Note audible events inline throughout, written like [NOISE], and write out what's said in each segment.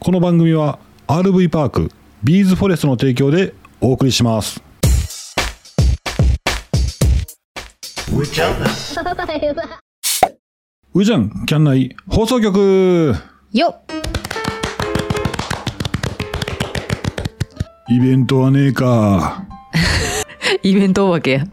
この番組は RV パークビーズフォレストの提供でお送りしますうじゃんキャンナイ放送局よイベントはねえかっイベントお化けや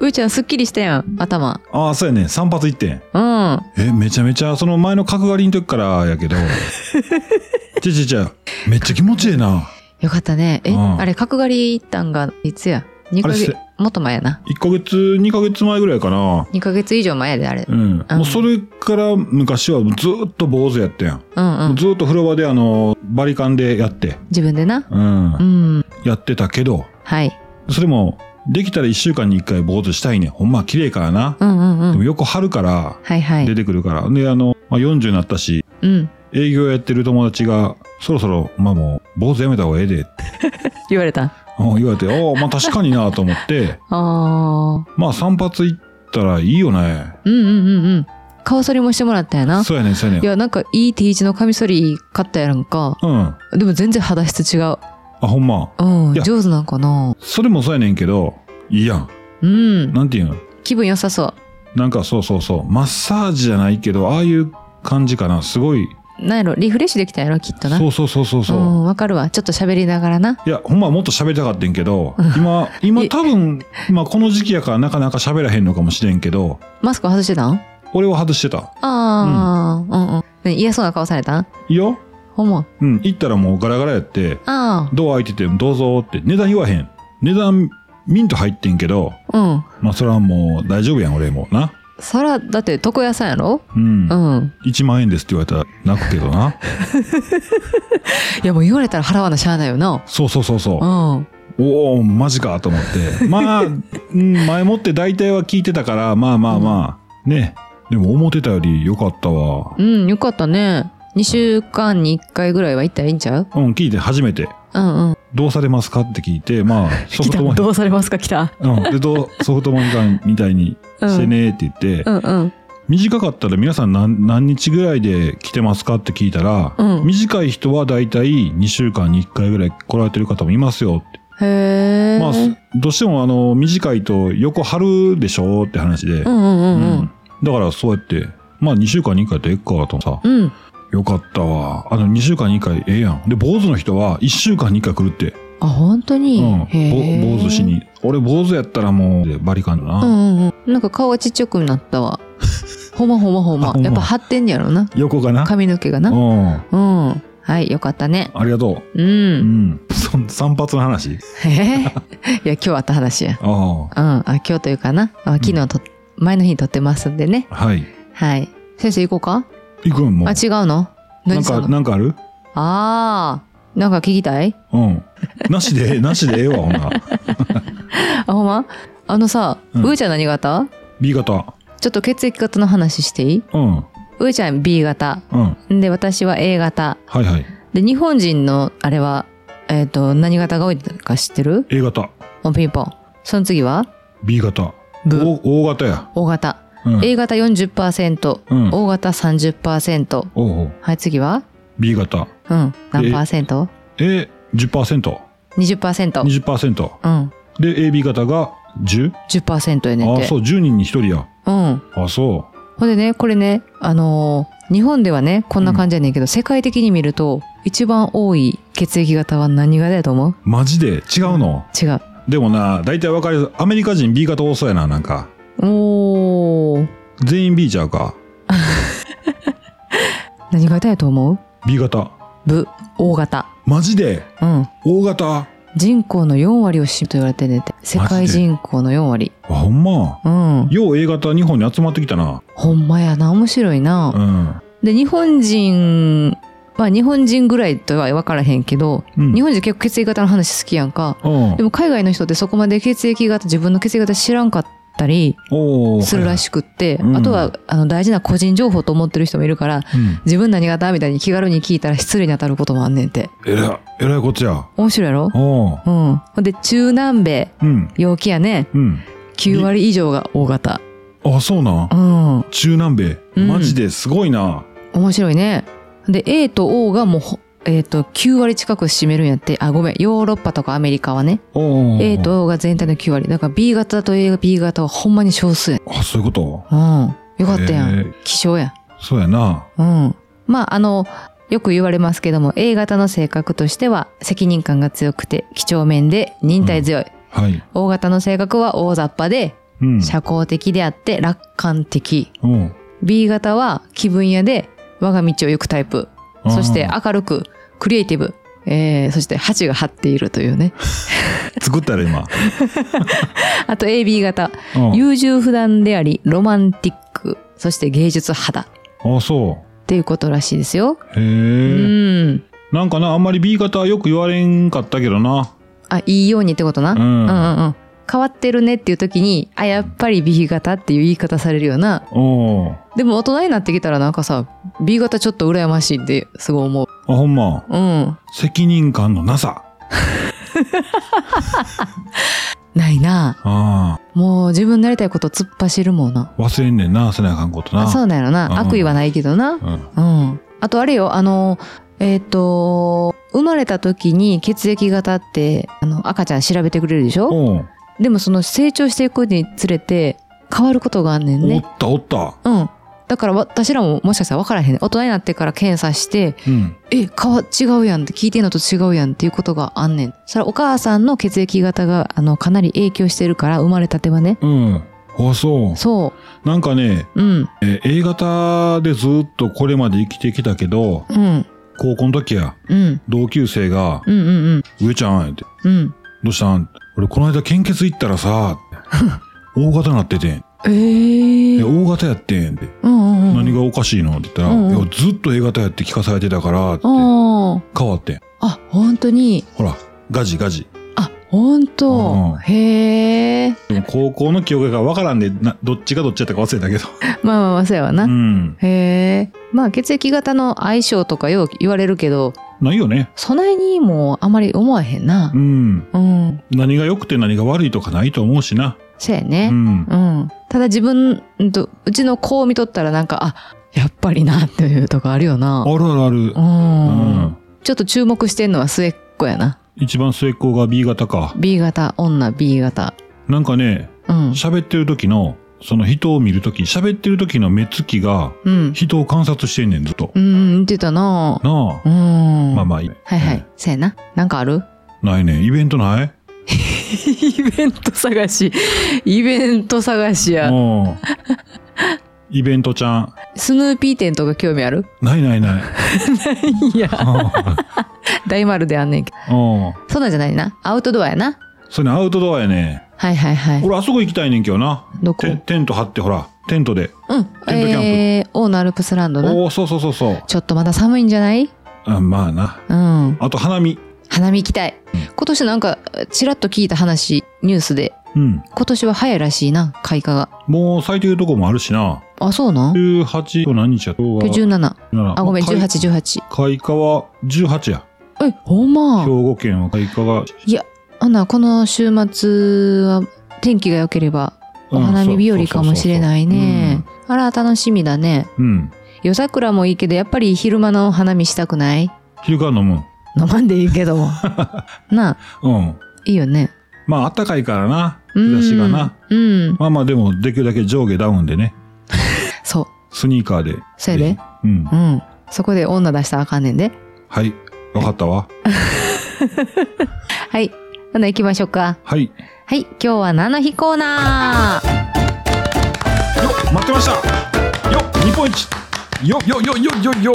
うーちゃんすっきりしたやん頭ああそうやね3発1点うんえめちゃめちゃその前の角刈りの時からやけ [LAUGHS] どちゃちゃちゃめっちゃ気持ちいいなよかったねえ、うんあれ角刈り行ったんがいつや2ヶあれし月てもっと前やな1ヶ月2ヶ月前ぐらいかな2ヶ月以上前やであれう、ん、もうそれから昔はずーっと坊主やったやん、うんうんずーっと風呂場であのバリカンでやって、自分でなうんうんやってたけどはいそれもできたら1週間に1回坊主したいねほんま綺麗からな、うんうんでうもんよく張るからはいはい出てくるから、であの、まあ、40になったしうん営業やってる友達がそろそろまあもう坊主やめた方がええでって言われたうん言われてああまあ確かになと思って [LAUGHS] あーまあ散髪行ったらいいよねうんうんうんうん顔剃りもしてもらったやなそうやねんそうやいねんやなんかいい T 字のカミソリ買ったやんかうんあでも全然肌質違うほんまうんいや上手なんかなそれもそうやねんけどいいやんうんなんていうの気分良さそうなんかそうそうそう、マッサージじゃないけど、ああいう感じかな、すごい。なんやろリフレッシュできたんやろきっとなそうそうそうそうそう。んわかるわちょっと喋りながらないや、ほんまはもっと喋りたかってんけど、今、今多分、まあこの時期やからなかなか喋らへんのかもしれんけど、マスク外してたん俺は外してた。ああ、うん、うんね嫌そうな顔されたんいいよ。ほんまうん、行ったらもうガラガラやって、あドア開いてて、どうぞって、値段言わへん。値段、ミント入ってんけど、あうんまあそれはもう大丈夫やん、俺もな。そらだって床屋さんやろうん。うん1万円ですって言われたら泣くけどな。いやもう言われたら払わなしゃあないよなそうそうそうそうう。んおおマジかと思ってまあ、うん、前もって大体は聞いてたからまあまあまあ、ねでも思ってたより良かったわうんよかったね2週間に1回ぐらいは行ったらいいんちゃううん聞いて初めてうんうん「どうされますか?」って聞いて [LAUGHS] まあソフトバンクうされますか来たうん、でどうソ [LAUGHS] フトバンクさんみたいにしてねって言って、うんうん短かったら皆さん何何日ぐらいで来てますかって聞いたら、うん短い人は大体2週間に1回ぐらい来られてる方もいますよって、へえまあすどうしてもあの短いと横張るでしょって話で、うんうんうんうんだからそうやって、まあ2週間に1回でええかとさ、うんよかったわ。あの2週間に1回ええやん。で、坊主の人は1週間に1回来るって。あ本当うに、ん。ぼへー坊主しに。俺坊主やったらもうでバリカンだな。うんうんうん。なんか顔がちっちゃくなった [LAUGHS] わ。ほんまほんまほあんまほん。まやっぱ張ってんやろな。横かな。髪の毛がな。うん。うん。はい、よかったね。ありがとう。う。うん [LAUGHS] ん。そ散髪の話へへ。いや、今日あった話や。あうん。あ、今日というかな。あ昨日と、前の日に撮ってますんでね。あ。はい。はい。先生行こうか行くんもあ、う。違うのなん何そか、のなんかあるあー。なんか聞きたいうん。なし [LAUGHS] でええ、なしでええわ、ほんなら。あ、ほんまあのさ、ううんーちゃん何型 B 型。ちょっと血液型の話していいうん。うん。うーちゃん B 型。はいで、私は A 型。はい。で、日本人のあれは、えっ、と、何型が多いか知ってる A 型。おピンポン。その次は B 型。ブお O 型や。 O 型。うん。 A 型40%、うん。 O 型30%。おうおう。はい、次は B 型。うん。え何パーセントえ、10%。 ?20%。 20%。うん。で、AB 型が 10? 10%やねんあて。あ、そう、10人に1人や。うん。あそほんでね、これね、あのー日本ではね、こんな感じやねんけど、世界的に見ると、一番多い血液型は何型やと思うう。マジで違うの、違う。でもな、大体わかる。アメリカ人 B 型多そうやな、なんか。おー。全員 B ちゃうか。何型やと思う B 型。ブ、O 型。マジでうん。 ?O 型あ、人口の4割を占めると言われてんねんて世界人口の4割ほんま。うんよう A 型日本に集まってきたな。ほんまやな面白いな、うん。で日本人まあ日本人ぐらいとは分からへんけど、うん。日本人結構血液型の話好きやんかうんで。も海外の人ってそこまで血液型自分の血液型知らんかったりおーするらしくって、はいはいうんあとはあの大事な個人情報と思ってる人もいるからはいはい自分何型みたいに気軽に聞いたら失礼に当たることもあんねんてうん。えらい、えらいこっちゃ。面白いやろおーうんほんで中南米うん。陽気やねうん。 9割以上が O 型あ、そうなんう。ん中南米。うんマジですごいな。面白いね。で、A と O がもうほ、えっ、と、9割近く占めるんやって。あ、ごめん。ヨーロッパとかアメリカはね。おー A と O が全体の9割。だから B 型と A が B 型はほんまに少数や。あそういうことうん。よかったやへんー。希少やそうやな。ん。うん。まあ、あの、よく言われますけども、A 型の性格としては、責任感が強くて、几帳面で、忍耐強い。はい。 O 型の性格は大雑把で、うん。社交的であって、楽観的。うん。 B 型は気分屋で我が道を行くタイプ。あーそして明るく、クリエイティブ。えー、そして鉢が張っているというね。 [LAUGHS] 作ったら今。あと AB 型。うん優柔不断であり、ロマンティック。そして芸術肌。っあ、そていうことらしいですよ。う。へうえ。ん。なんかな、あんまり B 型はよく言われんかったけどな。あ、いいようにってことな。うんうんうん。変わってるねっていう時に、あ、やっぱり B 型っていう言い方されるよな。おーでも大人になってきたらなんかさ、B 型ちょっと羨ましいってすごい思う。あ、ほんま。うん。責任感のなさ。ないな。あもう自分のやりたいこと突っ走るもんな。あ。忘れんねんな、せなあかんことな。あそうだようんな。悪意はないけどな。うん。うん。あとあれよ、あの、えっ、と、生まれた時に血液型って、あの、赤ちゃん調べてくれるでしょおうでもその成長していくにつれて、変わることがあんねんおっね。たおった。うん。だから私らももしかしたら分からへんね。大人になってから検査して、うん。え、顔違うやんって、聞いてんのと違うやんっていうことがあんねん。それはお母さんの血液型が、あの、かなり影響してるから、生まれたてはね。うん。あ、そ。そうなんかね、う。うん。えー A 型でずっとこれまで生きてきたけど、うん。高校の時や、うん。同級生が、うんうんうん。上ちゃん、って、うん。どうしたん俺この間献血行ったらさ、 [LAUGHS] 大型なっててん。えええー。大型やってんって。うんうんうん。何がおかしいのって言ったら、うんうんいや、ずっと A 型やって聞かされてたから、ってあ変わってん。あ。あ、本当に。ほら、ガジガジ。あ、本うん当。へえ。でも高校の記憶がわからんで、などっちがどっちやったか忘れたけど。まあまあまあ、そうやわな。うん。へえ。まあ、血液型の相性とかよう言われるけど、ないよね。そないにもあまり思わへんなう。ん。うん。何が良くて何が悪いとかないと思うしな。そうやうね。ん。うん。ただ自分、うんとうちの子を見とったらなんか、あ、やっぱりなっていうとこあるよなあ。るあるあるう。うんん。。ちょっと注目してんのは末っ子やな。一番末っ子が B 型か。 B 型、女 B 型。なんかね、うん。喋ってる時の、その人を見る時、喋ってる時の目つきが、うん。人を観察してんねん、ずっと。うん、ってたななうん。あ。ままあまあいい。はいはい。そうやな。なんかあるないね。イベントないイベント探し。イベント探しや。うん。イベントちゃん。スヌーピー店とか興味あるないない [LAUGHS] ない。いや、う大丸であんねんけど。ん [LAUGHS] うん。そんなんじゃないな。アウトドアやな。それね、アウトドアやね。はいはいはい。俺、あそこ行きたいねんけどな。どこテテント張って、ほら、テントで。うん。テントキャンプえー、オーナールプスランドな。おお、そうそうそうそう。ちょっとまだ寒いんじゃないあまあな。うん。あと、花見。花見行きたい。うん今年なんか、ちらっと聞いた話、ニュースで。うん。今年は早いらしいな、開花が。もう、咲いてるとこもあるしな。あ、そうなん今18、今日何日や今日17。 17あ、ごめん、開18、18。開花は18や。え、ほん兵ま。庫県は開花が。あんな、この週末は、天気が良ければ、お花見日和かもしれないね。あら、楽しみだね。うん。うん夜桜もいいけど、やっぱり昼間の花見したくない昼から飲む。飲まんでいいけど。なあ、うん。いいよね。まあ、暖かいからな。うん日差しがな。。うん。まあまあ、でも、できるだけ上下ダウンでね。そう。スニーカーで。そうやでぜひうんう。ん。そこで女出したらあかんねんで。はい。わかったわ。はい。ほな行きましょうか。はい。はい。今日は何の日コーナーよっ待ってましたよっ日本一よよよよよよ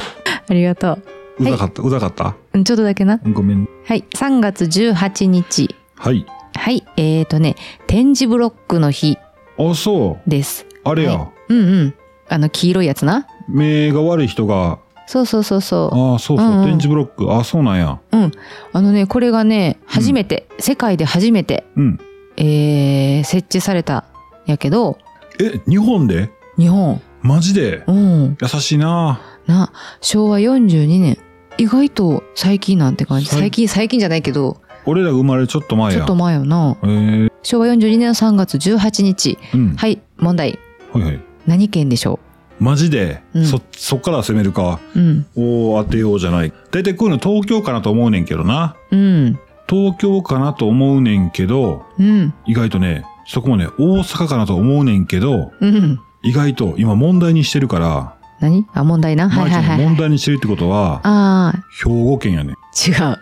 ありがとううざかった、うざかったうん。ちょっとだけな。ごめん。はい。3月18日。はい。はい。えーとね、点字ブロックの日あ、そう。です。あれや。はうんうん。あの、黄色いやつな。目が悪い人が、そうそうそうそああ、そうそう。うんうん点字ブロック。あそうなんや。う。うん。あのね、これがね、初めて、世界で初めて、うん。えー、設置されたやけどえ、日本で日本マジでうん優しいなな昭和42年意外と最近なんて感じ最最近最近じゃないけど俺らが生まれるちょっと前ちょや。っと前よなえー、昭和42年の3月18日うん。はい問題はいはい。何県でしょうマジで、うんそ、そっから攻めるか、うん。を当てようじゃない。だいたいこういうの東京かなと思うねんけどな。うん。東京かなと思うねんけど、うん。意外とね、そこもね、大阪かなと思うねんけど、うん。意外と今問題にしてるから、何あ、問題な。はマいイちはゃいんがはい問はい。題にしてるってことは、ああ、兵庫県やねん。違う。近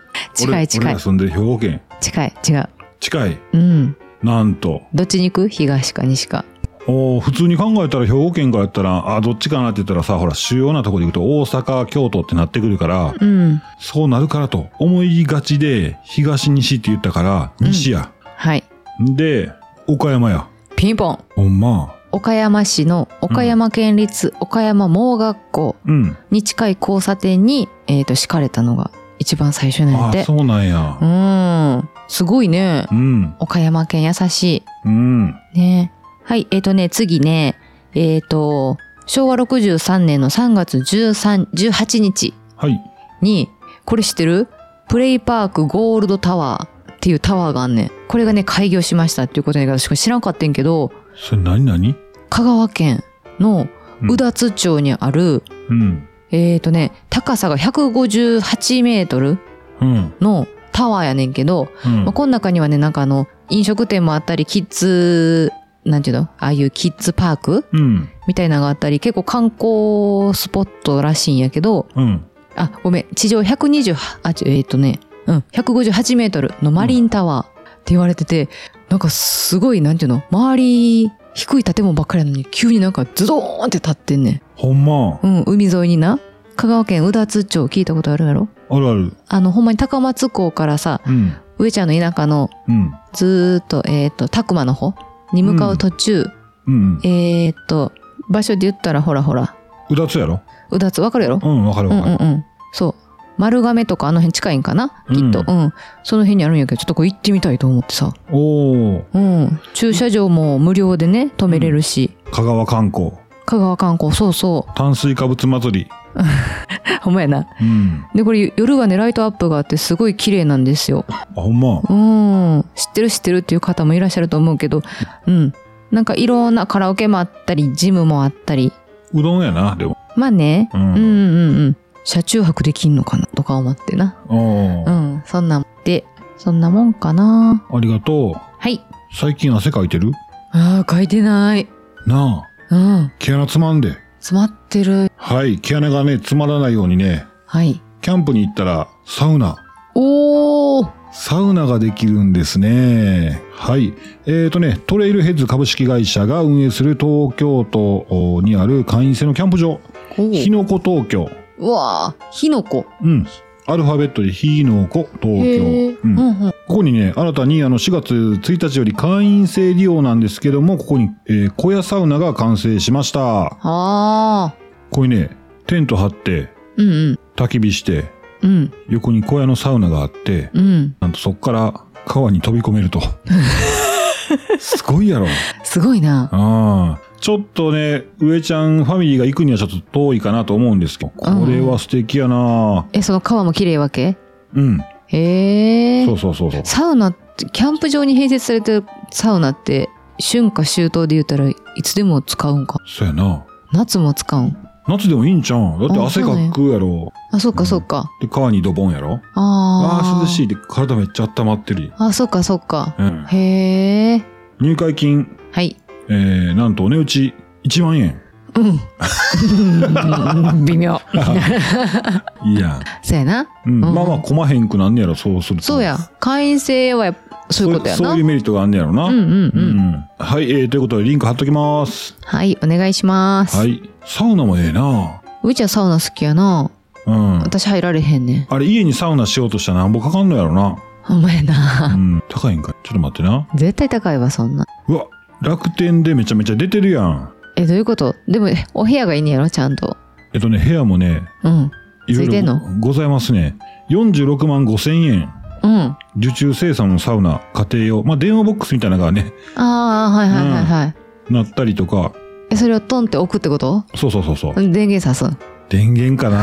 俺い近俺いが。住んでる兵庫県。近い。違う。近い。うん。なんと。どっちに行く東か西か。おー普通に考えたら兵庫県からやったら、あ、どっちかなって言ったらさ、ほら、主要なとこで行くと大阪、京都ってなってくるから、うん。そうなるからと思いがちで、東西って言ったから、西や。はい。で、岡山や。ピンポン。ほんま。岡山市の岡山県立岡山盲学校うん。に近い交差点に、えっ、と、敷かれたのが一番最初なんあで。そうなんやう。ん。すごいね。うん。岡山県優しうん。い。ね。はい。えっ、とね、次ね、えっ、と、昭和63年の3月13、18日はい。に、これ知ってるプレイパークゴールドタワーっていうタワーがあんねん。これがね、開業しましたっていうことやけど、私これ知らんかったんけど、それ何々香川県のうん宇田津町にある、うん。えっ、とね、高さが158メートルうん。のタワーやねんけど、うんまあ、この中にはね、なんかあの、飲食店もあったり、キッズ、なんていうのああいうキッズパークうん。みたいなのがあったり、結構観光スポットらしいんやけど、うん。あ、ごめん、地上120、あ、ちょえっ、とね、うん、158メートルのマリンタワーって言われてて、なんかすごい、なんていうの周り、低い建物ばっかりなのに、急になんかズドーンって立ってんねほんまん。。うん、海沿いにな。香川県宇田津町聞いたことあるやろあるある。あの、ほんまに高松港からさ、うん。上ちゃんの田舎のうん。ずーっと、えっ、と、たくまの方に向かう途中、うん。えっ、と、場所で言ったらほらほら、うだつやろうだつわかるやろ、うん、わかるうん、わうんかうんる。そう。丸亀とかあの辺近いんかなうんきっと、うん。その辺にあるんやけど、ちょっとこれ行ってみたいと思ってさ。おー。うん。駐車場も無料でね、止めれるし。香川観光。香川観光、そう [LAUGHS] そ炭水化物祭り。う。ほんまやな。うん。で、これ夜はね、ライトアップがあってすごい綺麗なんですよ。あ、ほんま。うん。知ってる知ってるっていう方もいらっしゃると思うけど、うん。なんかいろんなカラオケもあったり、ジムもあったり。うどんやな、でも。まあね。ううんうんん。うんうん。車中泊できんのかなとか思ってな。おうー。ん。そんなんで、そんなもんかな。ありがとはい。う。最近汗かいてるああ、書いてない。なあ。うん。毛穴つまんで。詰まってる。はい。毛穴がね、つまらないようにね、はい。キャンプに行ったら、サウナ。おーサウナができるんですね。はい。えー、とね、トレイルヘッズ株式会社が運営する東京都にある会員制のキャンプ場、おひのこ東京。うわあ、ひのこ。うん。アルファベットでひのこ東へ京ー。ううんんうん。ここにね、新たにあの4月1日より会員制利用なんですけども、ここに、えー小屋サウナが完成しました。ああ。これね、テント張って、うんうん。焚き火して、うん横に小屋のサウナがあって、うん。なんとそこから川に飛び込めると。 [LAUGHS] すごいやろ。すごいな。ああ。ちょっとね、上ちゃんファミリーが行くにはちょっと遠いかなと思うんですけど、これは素敵やなえ、その川も綺麗わけうん。へえ。そうそうそうそう。サウナって、キャンプ場に併設されてるサウナって、春夏秋冬で言ったらいつでも使うんか。そうやな。夏も使うん。夏でもいいんちゃうんだってあ汗そうなんかやくやろ。あ、そっかそっか。で、川にドボンやろ。あああ。あ、涼しい。で、体めっちゃ温まってる。あ、そっかそっか。うん。へえ。入会金、はい。えー、なんとお値打ち1万円。うん。微妙。いいやそうやな。ん。うん。うんまあまあ、こまへんくなんねやろ、そうすると。そうや。会員制はやっぱそういうことやそな。そういうメリットがあんねやろな。うんうんううんん。はい、えー、ということでリンク貼っときます。はい、お願いします。はうい。い。サウナもええなちゃんサウナ好きやな。うん。私入られへんねん。あれ、家にサウナしようとしたらなんぼかかんのやろ [LAUGHS] な。ほんまやうな。 [LAUGHS] ん。高いんかい。ちょっと待ってな。絶対高いわ、そんな。うわ、楽天でめちゃめちゃ出てるやん。え、どういうことでも、えお部屋がいいんやろ、ちゃんと。えっとね、部屋もね、うん。いろついていんろのございますね。46万5千円。うん。あ受注生産のサウナ、家庭用。まあ、電話ボックスみたいなのがね、 [LAUGHS] あ、はいはいはいはい。なったりとか。え、それをトンって置くってことそうそうそうそう。電源さすん。電源かな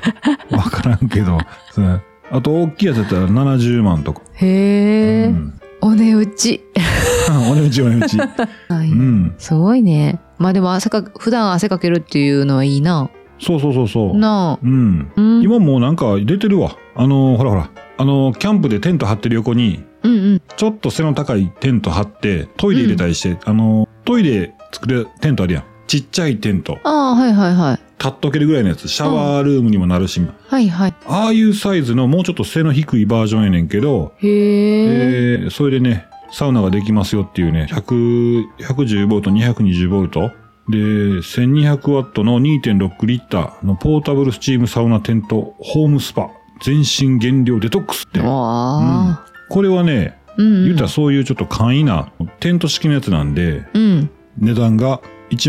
[LAUGHS] わからんけど。そうあと、大きいやつだったら70万とか。へえ、うんお値打ち。 [LAUGHS] お値打ちお値打ち。はうい。ん。すごいね。まあでも汗か、普段汗かけるっていうのはいいな。そうそうそうそう。なあ。うん。うん。うん今もうなんか出てるわ。あのーほらほら。あのーキャンプでテント張ってる横に、うん。ちょっと背の高いテント張って、トイレ入れたりして、あのートイレ作るテントあるやん。ちっちゃいテント。ああ、はいはいはい。立っとけるぐらいのやつ。シャワールームにもなるし、はいはい。ああいうサイズのもうちょっと背の低いバージョンやねんけど、えへえ。ーそれでね、サウナができますよっていうね、100、110ボルト、220ボルト。で、1200ワットの2.6リッターのポータブルスチームサウナテントホームスパ。全身減量デトックスって。わあ。これはね、うん。言うたらそういうちょっと簡易なテント式のやつなんで、うん。値段が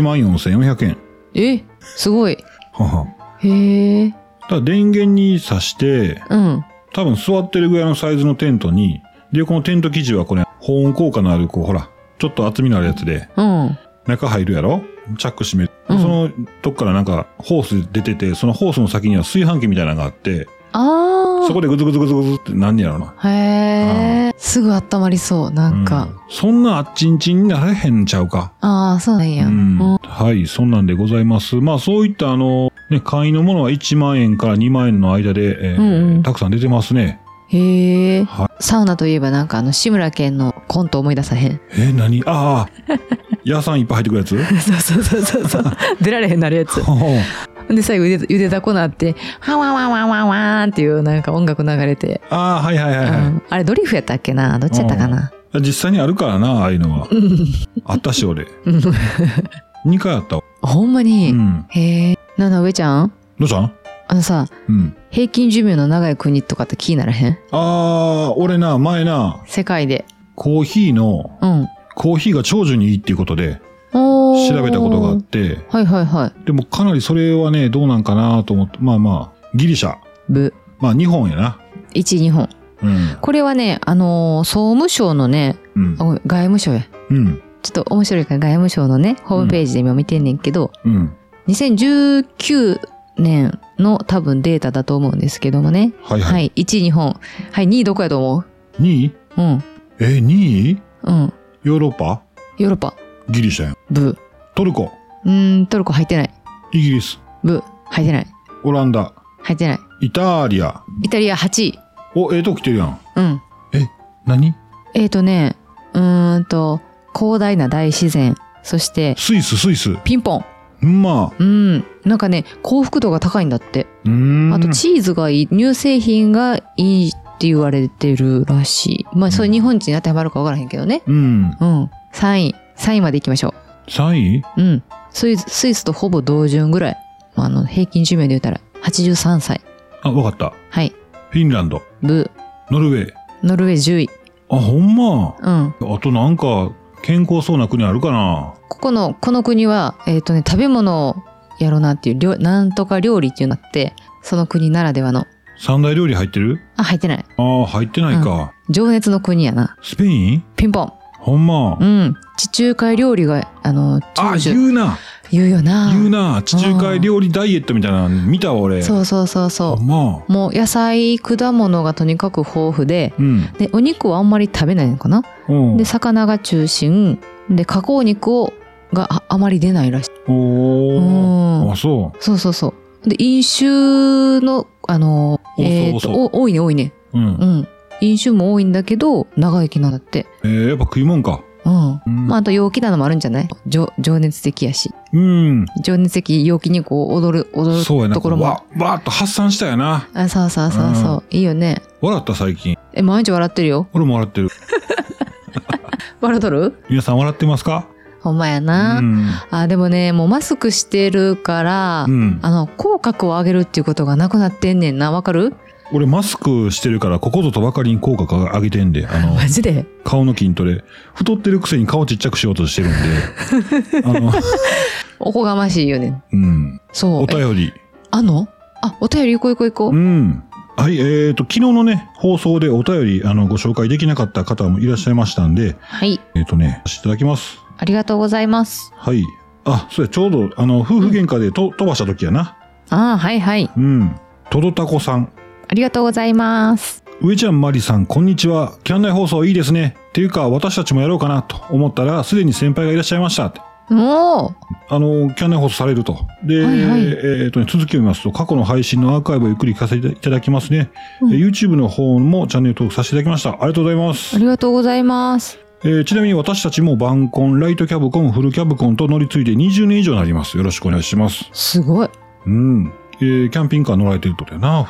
14,400円。え、すごい。ははへえ。ただ電源に挿して、うん。多分座ってるぐらいのサイズのテントに、で、このテント生地はこれ、保温効果のある、こう、ほら、ちょっと厚みのあるやつで、うん。中入るやろチャック閉める。うんそのとこからなんか、ホース出てて、そのホースの先には炊飯器みたいなのがあって、あそこでグズグズグズグズってなんねやろな。あ。へえ。すぐ温まりそう。なんうか。んそんなあっちんちんになれへんちゃうか。ああ、そうなんや。ううんん。はい、そんなんでございます。まあ、そういったあの、ね、簡易のものは1万円から2万円の間で、えーうんうんたくさん出てますね。へえ。はサウナといえばなんかあの、志村けんのコント思い出さへん。えー何ああ、 [LAUGHS] 野菜いっぱい入ってくるやつ [LAUGHS] そう [LAUGHS] そうそうそうそう。 [LAUGHS] 出られへんなるやつ。ほうほうで、最後ゆで、ゆでだこなって、はわわわわわーんっていうなんか音楽流れて。ああ、はいはいはい、うはんあれドリフやったっけなどっちやったかな、い。実際にあるからな、ああいうのは。あったし、俺。うん、 2回あったわ。ほんまうに、ん。へえ。なな、上ちゃんどうしたんあのさ、うん。平均寿命の長い国とかって気にならへんああ、俺な、前な、世界で。コーヒーの、うん。コーヒーが長寿にいいっていうことでおー調べたことがあって、はいはいはい。でもかなりそれはね、どうなんかなと思って、まあまあ、ギリシャ。ブ。まあ、日本やな。 1、2本。うん。これはね、あのー総務省のね、うんあ。ごめん外務省や。うん。ちょっと面白いから外務省のね、ホームページで今見てんねんけど、うん。 2019年の多分データだと思うんですけどもね。はいははい。い。1位日本。はい、2位どこやと思2位ううん。え、2位うん。ヨーロッパヨーロッパ。ギリシャやん。ブトルコ、ー。うーん、トルコ入ってない。イギリス、ブー。入ってない。オランダ、入ってない。イタリア。イタリア8位。お、ええとこ来てるやん。うん。何えーとね、うーんと、広大な大自然。そして、スイス、スイス。ピンポン。うんまあ。うん。なんかね、幸福度が高いんだって。うーん。あと、チーズがいい、乳製品がいいって言われてるらしい。まあ、それ日本人に当てはまるかわからへんけどね。うん。うん。3位。3位まで行きましょ3位う。うん。スイス、スイスとほぼ同順ぐらい。まあ、あの、平均寿命で言ったら、83歳。あ、わかった。はい。フィンランド、ブノルウェー。ー。ノルウェー10位。あ、ほんま。うん。あとなんか、健康そうな国あるかなここの、この国は、えっ、とね、食べ物やろなっていう、料なんとか料理っていうのがあって、その国ならではの。三大料理入ってるあ、入ってない。ああ、入ってないか。情熱の国やな。スペインピンポン。ほんまう。ん。地中海料理が、あの、あ、長寿。言うな。言うよな。言うな。地中海料理ダイエットみたいなの見たわ、俺。そうそうそうそほんま。う。もう野菜、果物がとにかく豊富で、うん。で、お肉はあんまり食べないのかなうんで、魚が中心。で、加工肉を、がああまり出ないらしい。うおんー。あ、そそうそうそう。で、飲酒の、あの、多そうえー多とそうお多いね、多いね。う。うんう。ん。飲酒も多いんだけど、長生きなんだって。えー、やっぱ食いもんか。うん。うんまあ、あと陽気なのもあるんじゃない情情熱的やし。うん。情熱的、陽気にこう、踊る、踊るそうやな。ところも。わ、わーっと発散したやな。あ、そうそうそうそう。いいよね。笑った最近。え、毎日笑ってるよ。俺も笑ってる。笑っとる皆さん笑ってますかほんまやうな。ん。あ、でもね、もうマスクしてるから、うん。あの、口角を上げるっていうことがなくなってんねんな。わかる俺マスクしてるから、ここぞとばかりに口角上げてんで、あの、 [LAUGHS] マジで顔の筋トレ。太ってるくせに顔ちっちゃくしようとしてるん [LAUGHS] で。あの、おこがましいよねん。うん。そうお。便り。えあのあ、お便り行こう行こう行こう。うん。はい、えーと、昨日のね、放送でお便り、あの、ご紹介できなかった方もいらっしゃいましたんで、はい。えっ、とね、いただきます。ありがとうございます。はい。あ、そうや、ちょうど、あの、夫婦喧嘩でと、飛ばした時やな。あーはいはい。うん。とどたこさん。ありがとうございます。上ちゃんまりさん、こんにちは。キャン内放送いいですね。っていうか、私たちもやろうかなと思ったら、すでに先輩がいらっしゃいましたって。おーあの、キャン内放送されると。で、はいはいえーっとね、続きを見ますと、過去の配信のアーカイブをゆっくり聞かせていただきますね。うんえー YouTube の方もチャンネル登録させていただきました。ありがとうございますあ。りがとうございます。えーちなみに私たちもバンコン、ライトキャブコン、フルキャブコンと乗り継いで20年以上になります。よろしくお願いします。すごい。うん。えーキャンピングカー乗られてるってことやな。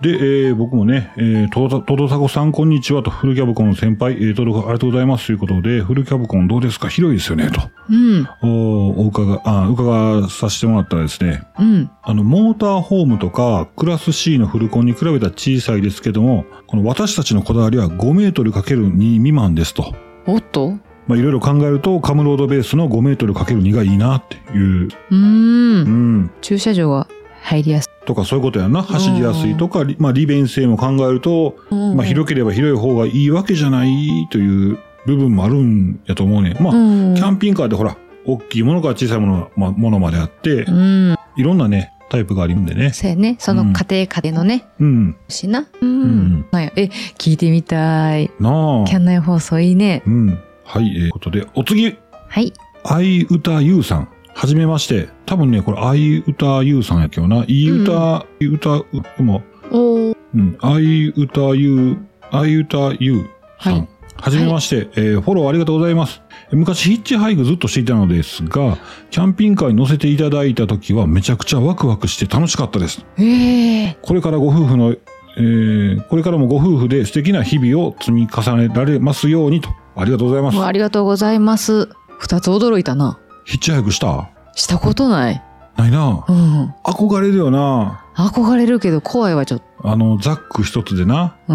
で、えー僕もね、えー、とどとどさこさんこんにちはと、フルキャブコンの先輩、えー、登録ありがとうございますということで、フルキャブコンどうですか広いですよねと。うん。おーお伺い、あ、伺いさせてもらったらですね、うん。あの、モーターホームとか、クラス C のフルコンに比べたら小さいですけども、この私たちのこだわりは5メートル ×2 未満ですと。おっとまあ、いろいろ考えると、カムロードベースの5メートル ×2 がいいなっていう、うー。うんん、駐車場が入りやすい。とかそういうことやな。走りやすいとか、りまあ、利便性も考えると、まあ、広ければ広い方がいいわけじゃないという部分もあるんやと思うね。まあ、うんキャンピングカーでほら、大きいものから小さいもの,、まあ、ものまであって、うん。いろんなね、タイプがあるんでね。そうやね。その家庭家庭のね、うん。しな。うんんなんやえ、聞いてみたい。なキャあ。ン内放送いいね。うん。はい、えー、ことで、お次、はい。愛歌ゆうさん。はじめまして。多分ね、これ、愛歌ゆうさんやけどな。いい歌、いい歌、うでも、おうん、愛歌ゆう、愛歌ゆうさん。はいはじめまして、えーフォローありがとうございます。昔ヒッチハイクずっとしていたのですが、キャンピングカーに乗せていただいた時はめちゃくちゃワクワクして楽しかったです。ええこれからご夫婦の、えーこれからもご夫婦で素敵な日々を積み重ねられますようにと。ありがとうございますもう。ありがとうございます。二つ驚いたな。ヒッチハイクしたしたことない。ないなう。ん。憧れだよな。憧れるけど怖いわ、ちょっと。あの、ザック一つでな。う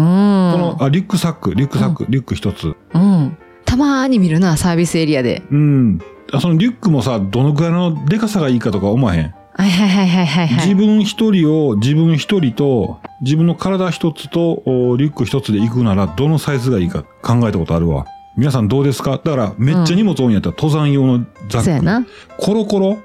こん。の、あ、リュックサック、リュックサック、リュック一つ。うん。たまーに見るな、サービスエリアで。うん。あそのリュックもさ、どのくらいのデカさがいいかとか思わへん。はいはいはいはいはいはい。自分一人を、自分一人と、自分の体一つと、おリュック一つで行くなら、どのサイズがいいか考えたことあるわ。皆さんどうですかだから、めっちゃ荷物多いんやったら、登山用のザック。そうやな。コロコロ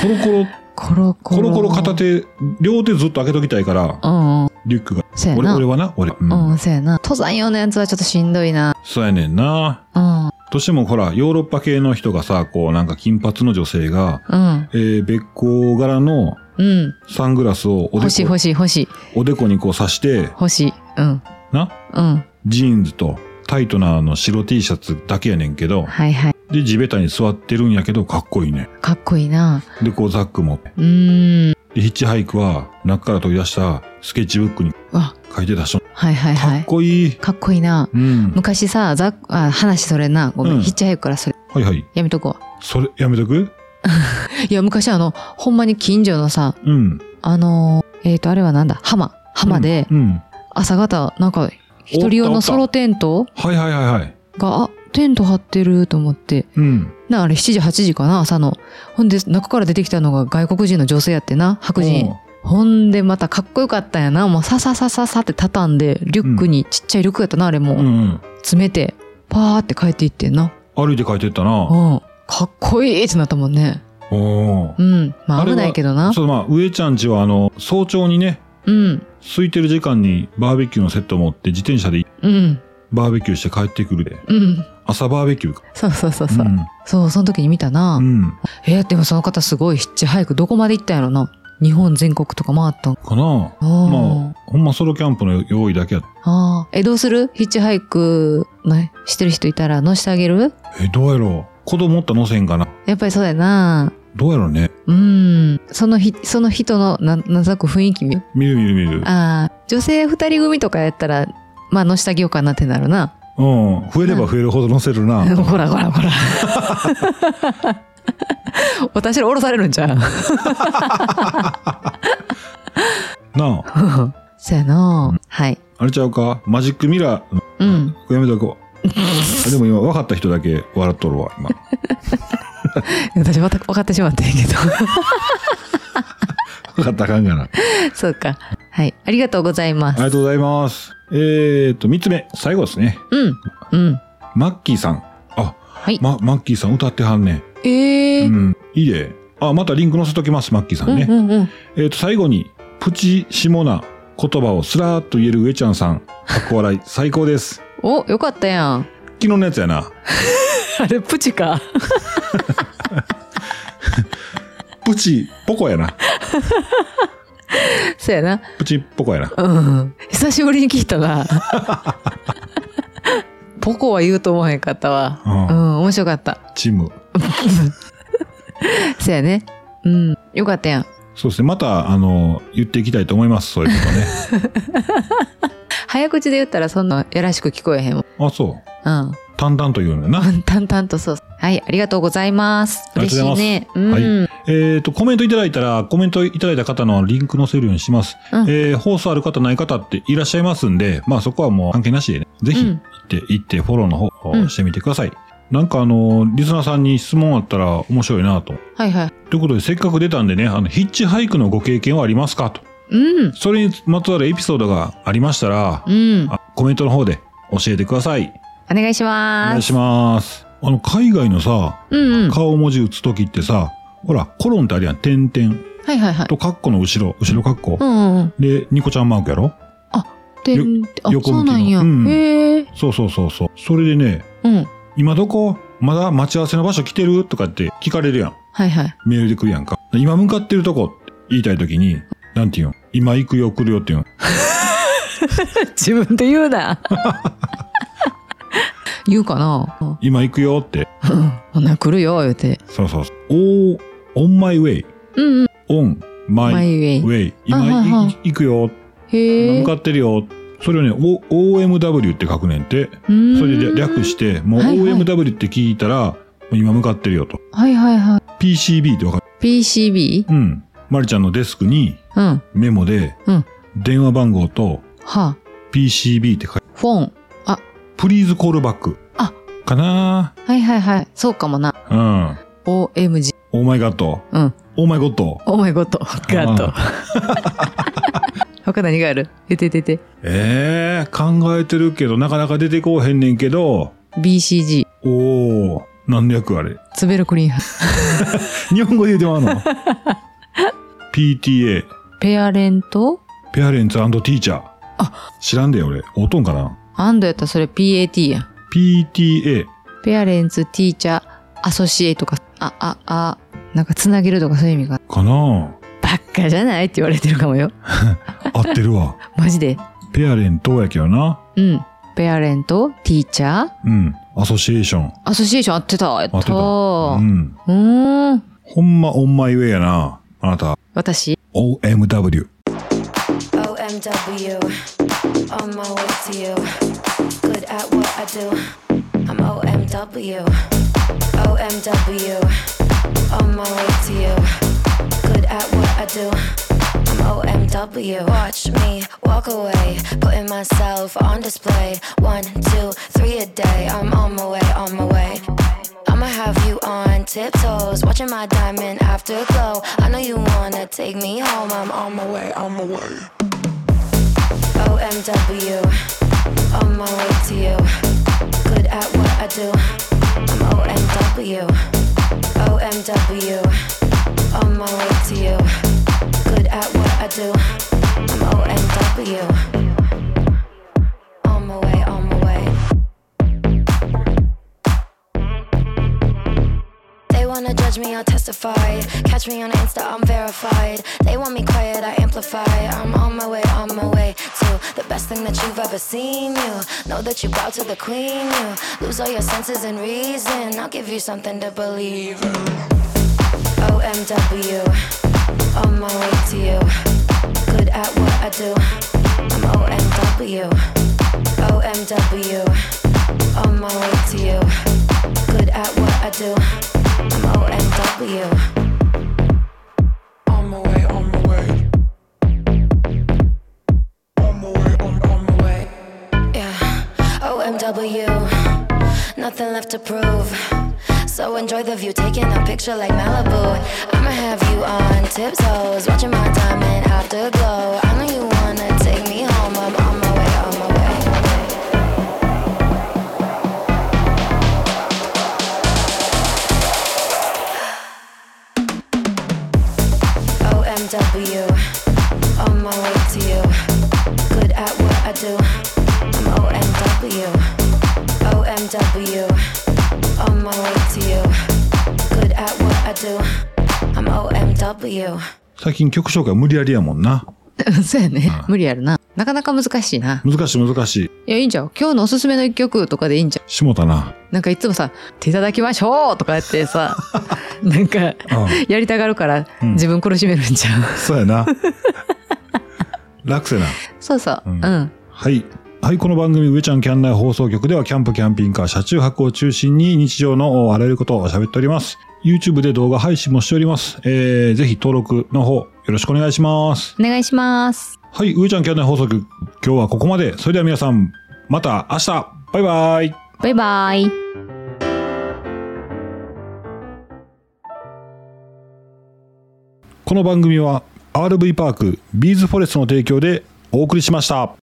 コロコロ、[LAUGHS] コロココロ。ロコロ片。手、両手ずっと開けときたいから、うんうん。リュックが。そうや俺、な。俺はな、俺。うんうん、そうやな。登山用のやつはちょっとしんどいな。そうやねんな。うん。としてもほら、ヨーロッパ系の人がさ、こう、なんか金髪の女性が、うん。えー、べっ甲柄のうん。サングラスをおで欲しいこ欲しい欲しいおでこにこう刺して、欲しい。うん。な、うん。ジーンズとタイトなあの白 T シャツだけやねんけど、はいはい。で、地べたに座ってるんやけど、かっこいいね。かっこいいな。で、こうザック持って。うーん。で、ヒッチハイクは中から取り出したスケッチブックにわ、書いてた人。かはいはいはっい。こいい。かっこいいな。うん。昔さ、ざあ話それな。ごめん。うんヒッチハイクからそれ。はいはい。やめとこそれ、やめとくう。いや、昔あの、ほんまに近所のさ、うん。あのー、えっ、と、あれはなんだ浜。浜で、うん。うん朝方、なんか、一人用おったおのったソロテントはいはいはいはい。が、あ、テント張ってると思って。うん。な、あれ7時、8時かな、朝の。ほんで、中から出てきたのが外国人の女性やってな、白人。ほんで、またかっこよかったんやな。もう、さささささって畳んで、リュックに、ちっちゃいリュックやったな、あれも。うん。うんうん。詰めて、パーって帰っていってんな。歩いて書いてったうな。ん。かっこいいってなったもんね。おおー。うん。まああ、れは危ないけどな。そう、まあ、上ちゃんちはあの、早朝にね、うん。空いてる時間にバーベキューのセット持って自転車でうん。バーベキューして帰ってくるで。うん。朝バーベキューか。そうそうそうそう。ん。そう、その時に見たな。うん。えーでもその方すごいヒッチハイクどこまで行ったんやろな。日本全国とか回ったんかなあまあ、ほんまソロキャンプの用意だけや。ああ。え、どうするヒッチハイク、ね、してる人いたら乗してあげるえ、どうやろう子供おったら乗せんかなやっぱりそうだよな。どうやろうねうん。そのひ、その人の、な、なんとなく雰囲気見見る見る見る。ああ、女性二人組とかやったら、まあ乗してあげようかなってなるな。うん。増えれば増えるほど乗せるな。ほらほらほら。 [LAUGHS] 私ら降ろされるんじ [LAUGHS] ゃん。なあ、そうやな。はい。あれちゃうかマジックミラー、うん。うんやめとこう。あでも今、分かった人だけ笑っとるわ、今。私また分かってしまったんやけど。分かったらあかんがな。そうか。はい。ありがとうございまありす。がとうございます。えーと、三つ目、最後ですね。うん。うん。マッキーさん。あ、はいま、マッキーさん歌ってはんね。ええうー。ん。いいで。あ、またリンク載せときます、マッキーさうんね。んうんうん。えっ、と、最後に、プチシモナ言葉をスラーっと言える上ちゃんさん。かっこ笑い、 [LAUGHS] 最高です。お、よかったやん。昨日のやつやな。あれ、プチか。プチ、ポコやな。 [LAUGHS] そうやな。プチ、ポコやな。うん。久しぶりに聞いた [LAUGHS] な。ポコは言うと思わへんかったわ。うんうん、面白かった。チーム。そうやね。うん。よかったやん。そうですね。また、あの、言っていきたいと思います。そういうことね。 [LAUGHS] 早口で言ったらそんなやらしく聞こえへんもん。あ、そう。うん。淡々と言うのよな。 [LAUGHS] 淡々とそう。はい、ありがとうございます。ありが嬉とうしごいざいね。うん。はえっ、と、コメントいただいたら、コメントいただいた方のリンク載せるようにします。うんえー放送ある方ない方っていらっしゃいますんで、まあそこはもう関係なしでね、ぜひうん行って、行ってフォローの方うんをしてみてください。なんかあの、リスナーさんに質問あったら面白いなと。はいはい。ということで、せっかく出たんでね、あの、ヒッチハイクのご経験はありますかと。うん。それにまつわるエピソードがありましたら、うん。あコメントの方で教えてください。お願いしおま願いす。します。あの、海外のさ、うんうん。は顔文字打つときってさ、ほら、コロンってあるやん、点々。いはいはい。と、カッコの後ろ、後ろカッコう。んうん。で、ニコちゃんマークやろでよ、あ、横そ向きのうなんや。うんへえ。そうそうそうそう。それでね、うん。今どこまだ待ち合わせの場所来てるとかって聞かれるやん。はいはい。メールで来るやんか。今向かってるとこって言いたいときに、なんて言うん今行くよ来るよって言うん。 [LAUGHS] 自分で言うな。 [LAUGHS] 言うかな。 [LAUGHS] うん今行くよって。ほな、来るよ、言うて。そうそうそう。おー、on my way, うんう on ん。マ my イウェイ。 way. あ今はいはいい行くよ。へ今え。向かってるよ。それをね、O- OMW って書くねんって。うんそれで略して、もうはいはい OMW って聞いたら、今向かってるよと。はいはいはい。 PCB ってわかる PCB? うん。まりちゃんのデスクにうん。はメモでうん、電話番号とあ。 PCB って書いて、フォン。プリーズコールバック。あかなはいはいはい。そうかもな。うん。 OMG。オーマイガット。うん。オーマイゴット。オーマイゴット。ガットあ。他何がある出て出て。ええ考えてるけど、なかなか出てこうへんねんけど、 BCG。おー、何の役あれ。ツベルクリーン。日本語で言うてまう [LAUGHS] の。PTA、ペアレントペアレンツティーチャー。知らんでよ、俺。おとんかなアンドやったらそれ PAT やん。 ?PTA、ペアレンツ、ティーチャー、アソシエイトか、あ、あ、あ、なんかつなげるとかそういう意味が。かなばっかじゃないって言われてるかもよ。合ってるわ。 [LAUGHS] マジで。ペアレントやけどな。うん。ペアレント、ティーチャー、うん。アソシエーション。アソシエーション合ってた。やった合ってたうー。ん。うーん。ほんまオンマイウェイやな。あなた。私 [LAUGHS] OMW。 OMW, on my way to you. Good at what I do. I'm OMW. OMW, on my way to you. Good at what I do. I'm OMW. Watch me walk away, putting myself on display. One, two, three a day. I'm on my way, on my way. I'ma have you on tiptoes, watching my diamond afterglow. I know you wanna take me home. I'm on my way, on my way. OMW, on my way to you. Good at what I do. I'm OMW. OMW, on my way to you. Good at what I do. I'm OMW. On my way, on my way. They wanna judge me, I'll testify. Catch me on Insta, I'm verified. They want me quiet, I amplify. I'm on my way, on my way to the best thing that you've ever seen. You know that you bow to the queen. You lose all your senses and reason. I'll give you something to believe. in. OMW, on my way to you. Good at what I do. I'm OMW. OMW, on my way to you. Good at what I do. I'm OMW. On my way, on my way. On my way, on, on my way. Yeah, OMW. Nothing left to prove. So enjoy the view, taking a picture like Malibu. I'ma have you on tiptoes, watching my diamond afterglow. I know you wanna take me home. I'm on my way, on my way. OMW, on my way to you. I do. I'm OMW. OMW. On my way to you. Good at what I do. I'm OMW. 最近曲紹介無理やりやもんな。そうやね。無理やるな。なかなか難しいな。難しい難しい。いや、いいんちゃう今日のおすすめの一曲とかでいいんちゃうしもたな。なんかいつもさ、手いただきましょうとかやって [LAUGHS] さ、なんか、うやりたがるからうん自分苦しめるんちゃう、ん。そうやな。楽せな。そうそう。ううんん。はい。はい、この番組、上ちゃんキャン内放送局では、キャンプ、キャンピングカー、車中泊を中心に日常のおあらゆることを喋っております。YouTube で動画配信もしております。えー、ぜひ登録の方、よろしくお願いします。お願いします。はい、上ちゃんキャン内放送局、今日はここまで。それでは皆さん、また明日バイバイバイバイ。この番組は、RV パーク、ビーズフォレストの提供でお送りしました。